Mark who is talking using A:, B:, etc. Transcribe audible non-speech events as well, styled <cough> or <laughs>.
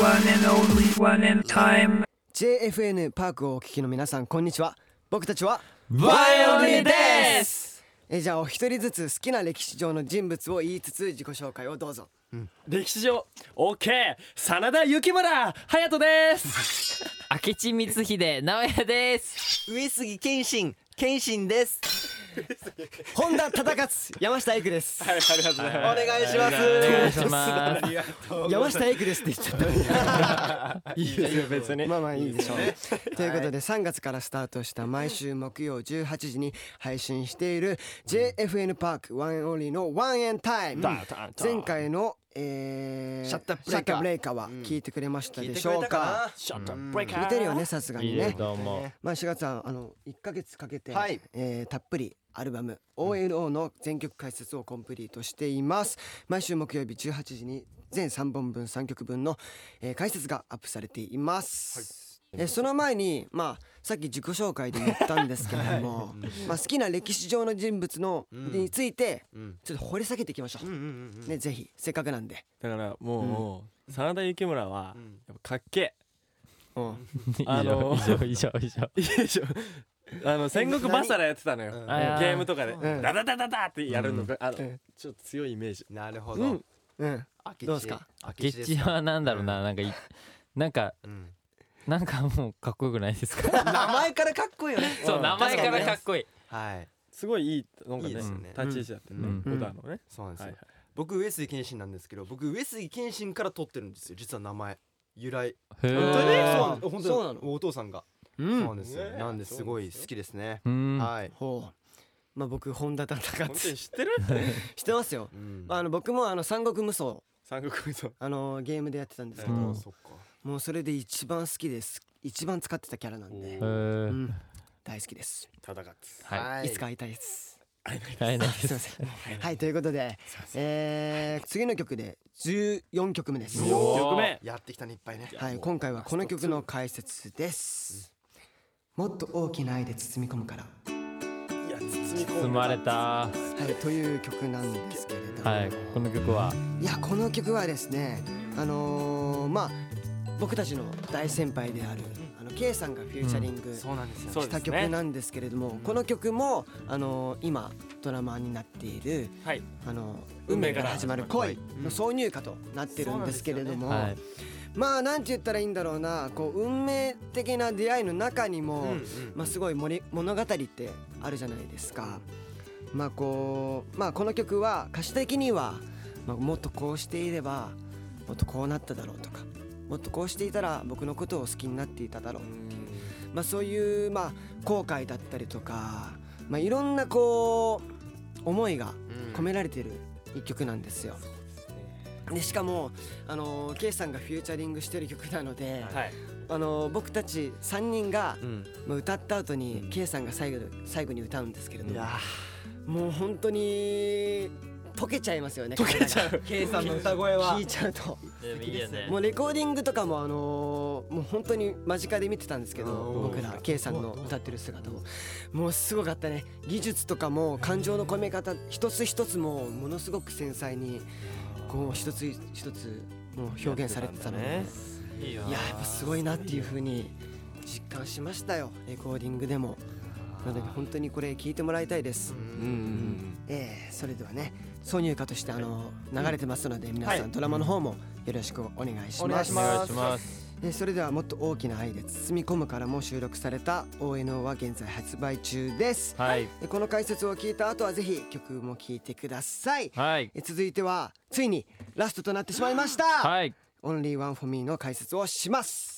A: One and only one and time.
B: JFN パークをお聞きの皆さんこんにちは僕たちは
C: バ
B: イオリンですえーじゃあお一人ずつ好きな歴史上の人物を言いつつ自己紹介をどうぞ
C: 歴史上 OK 真田幸村隼人です
D: 明智光秀直哉です
E: 上杉謙信謙信です
B: <laughs> 本田忠勝山下英久です
C: はいありがとうござい
E: お
C: ま
E: 願いします
D: お願いします
B: 山下英久ですって言っちゃっ
C: すいいですよ別
B: た
C: に
B: まあまあいいでしょうということで3月からスタートした毎週木曜18時に配信している JFN パークワンオンリーのワンエンタイム前回のえー
E: シャッターブレイカー
B: シブレイカーは聞いてくれましたでしょうか
C: ショットブレイカ
B: 見てるよねさすがにね
D: どうも
B: まあ4月はあの1ヶ月かけて、
E: はい
B: えーたっぷりアルバム OLO の全曲解説をコンプリートしています毎週木曜日18時に全3本分3曲分の、えー解説がアップされています、えーその前にまあさっき自己紹介で言ったんですけれども、 <laughs> まあ、好きな歴史上の人物の、について
E: うん
B: ちょっと掘り下げていきましょう、ねぜひせっかくなんで
C: だからもう真田幸村は
E: ん
C: やっぱかっけ
D: 以
C: あの
D: 上以上以上
C: えいいでしょあの戦国バサラやってたのよ
E: うん
C: ゲームとかで
B: うん
C: ダダダダダってやるのがあの
B: うん
C: ちょっと強いイメージ
E: なるほ
B: う
E: ど
B: んうん
E: 明智
B: どうですか
E: 明
D: 明
E: 智で
D: 智
E: すか
D: はなんだろうななんかいなんか
E: うん
D: なんかもうかっこよくないですか
E: <laughs> 名前からかっこいいよね
D: そう名前か
E: 確
D: ら
E: にね
D: かっこいい
E: はい
C: すごいいいなんか
E: いい
C: ね
E: です
C: 立
E: よね
C: ち位置だったよね
D: うん
C: 小田のね
E: そうなんです
C: はい
E: よ
C: はい
E: 僕上杉謙信なんですけど僕上杉謙信から取ってるんですよ実は名前由来
D: へ
E: そう
B: 本当に
D: え
E: なんです本
B: そう
E: 当
B: な
E: にお父さんが
B: う
E: そうんなんですよ
C: ねえ
E: なんですごい好きですね
D: うん
E: はい
B: ほうまあ僕本田忠
C: 本当
B: 勝
C: に知ってる
B: してますよ
E: うん
B: まあ、あの僕もあの三国無双
C: 三国武装
B: あのゲームでやってたんですけど、
D: うん
E: そっか
B: もうそれで一番好きです一番使ってたキャラなんで
D: へ、ー
B: うん、大好きです、、
C: 戦って
D: はい
B: つか会いたいです
D: 会えない
B: すい
D: で
B: ますせんはいということで、えー、次の曲で14曲目です
D: おー
C: 局目
E: やってきたねいっぱいね
B: はい今回はこの曲の解説ですもっと大きな愛で包み込むから
C: いや包み込
D: 包まれた
B: はいという曲なんですけれども、
D: はいこの曲はい
B: やこの曲はですねあのー、まあ僕たちの大先輩であるあの K さんがフューチャリング、
E: そうなんですよ
C: そう
B: した曲なんですけれども、この曲もあの今ドラマになっている
C: はい
B: あの運
C: 運
B: 命
C: 命
B: か
C: からら
B: 始まる恋の挿入歌となってるんですけれども、
D: はい
B: まあなんて言ったらいいんだろうなこう運命的な出会いの中にも、
E: うんうん
B: まあすごい盛り物語ってあるじゃないですか。まあこうまあこの曲は歌詞的には、まあ、もっとこうしていればもっとこうなっただろうとかもっとこうしていたら僕のことを好きになっていただろうまあ、そういう、まあ、後悔だったりとか、まあ、いろんなこう思いが込められている一曲なんですよ。でしかも、あのー、K さんがフューチャリングしてる曲なので、
C: はい
B: あのー僕たち3人が、
E: うん
B: まあ、歌った後に、K さんが最後最後に歌うんですけれど
E: い
B: も
E: や
B: もう本当に溶けちゃいますよね
C: 溶けちゃう
E: K さんの歌声は
B: 聴いちゃうと
D: でもいいよね
B: もうレコーディングとかもあのーもう本当に間近で見てたんですけど
E: うん
B: 僕ら K さんの歌ってる姿をもうすごかったね技術とかも感情の込め方一つ一つもものすごく繊細にこう一つ一つもう表現されてたので、
C: いや
B: いややっぱすごいなっていう風に実感しましたよレコーディングでもなので本当にこれ聞いてもらいたいです、
C: うん
B: えーそれではね挿入歌としてあの流れてますので皆さんドラマの方もよろしくお願いし
E: お
B: ま
E: 願い
B: す
E: し
D: お願いし
E: ま
D: ます
B: えーそれではもっと大きな愛で包み込むからも収録された ONO は現在発売中です、
D: はい
B: えーこの解説を聞いた後はぜひ曲も聴いてください、
D: はい
B: えー続いてはついにラストとなってしまいました、
D: はい
B: オンリーワンフォーミーの解説をします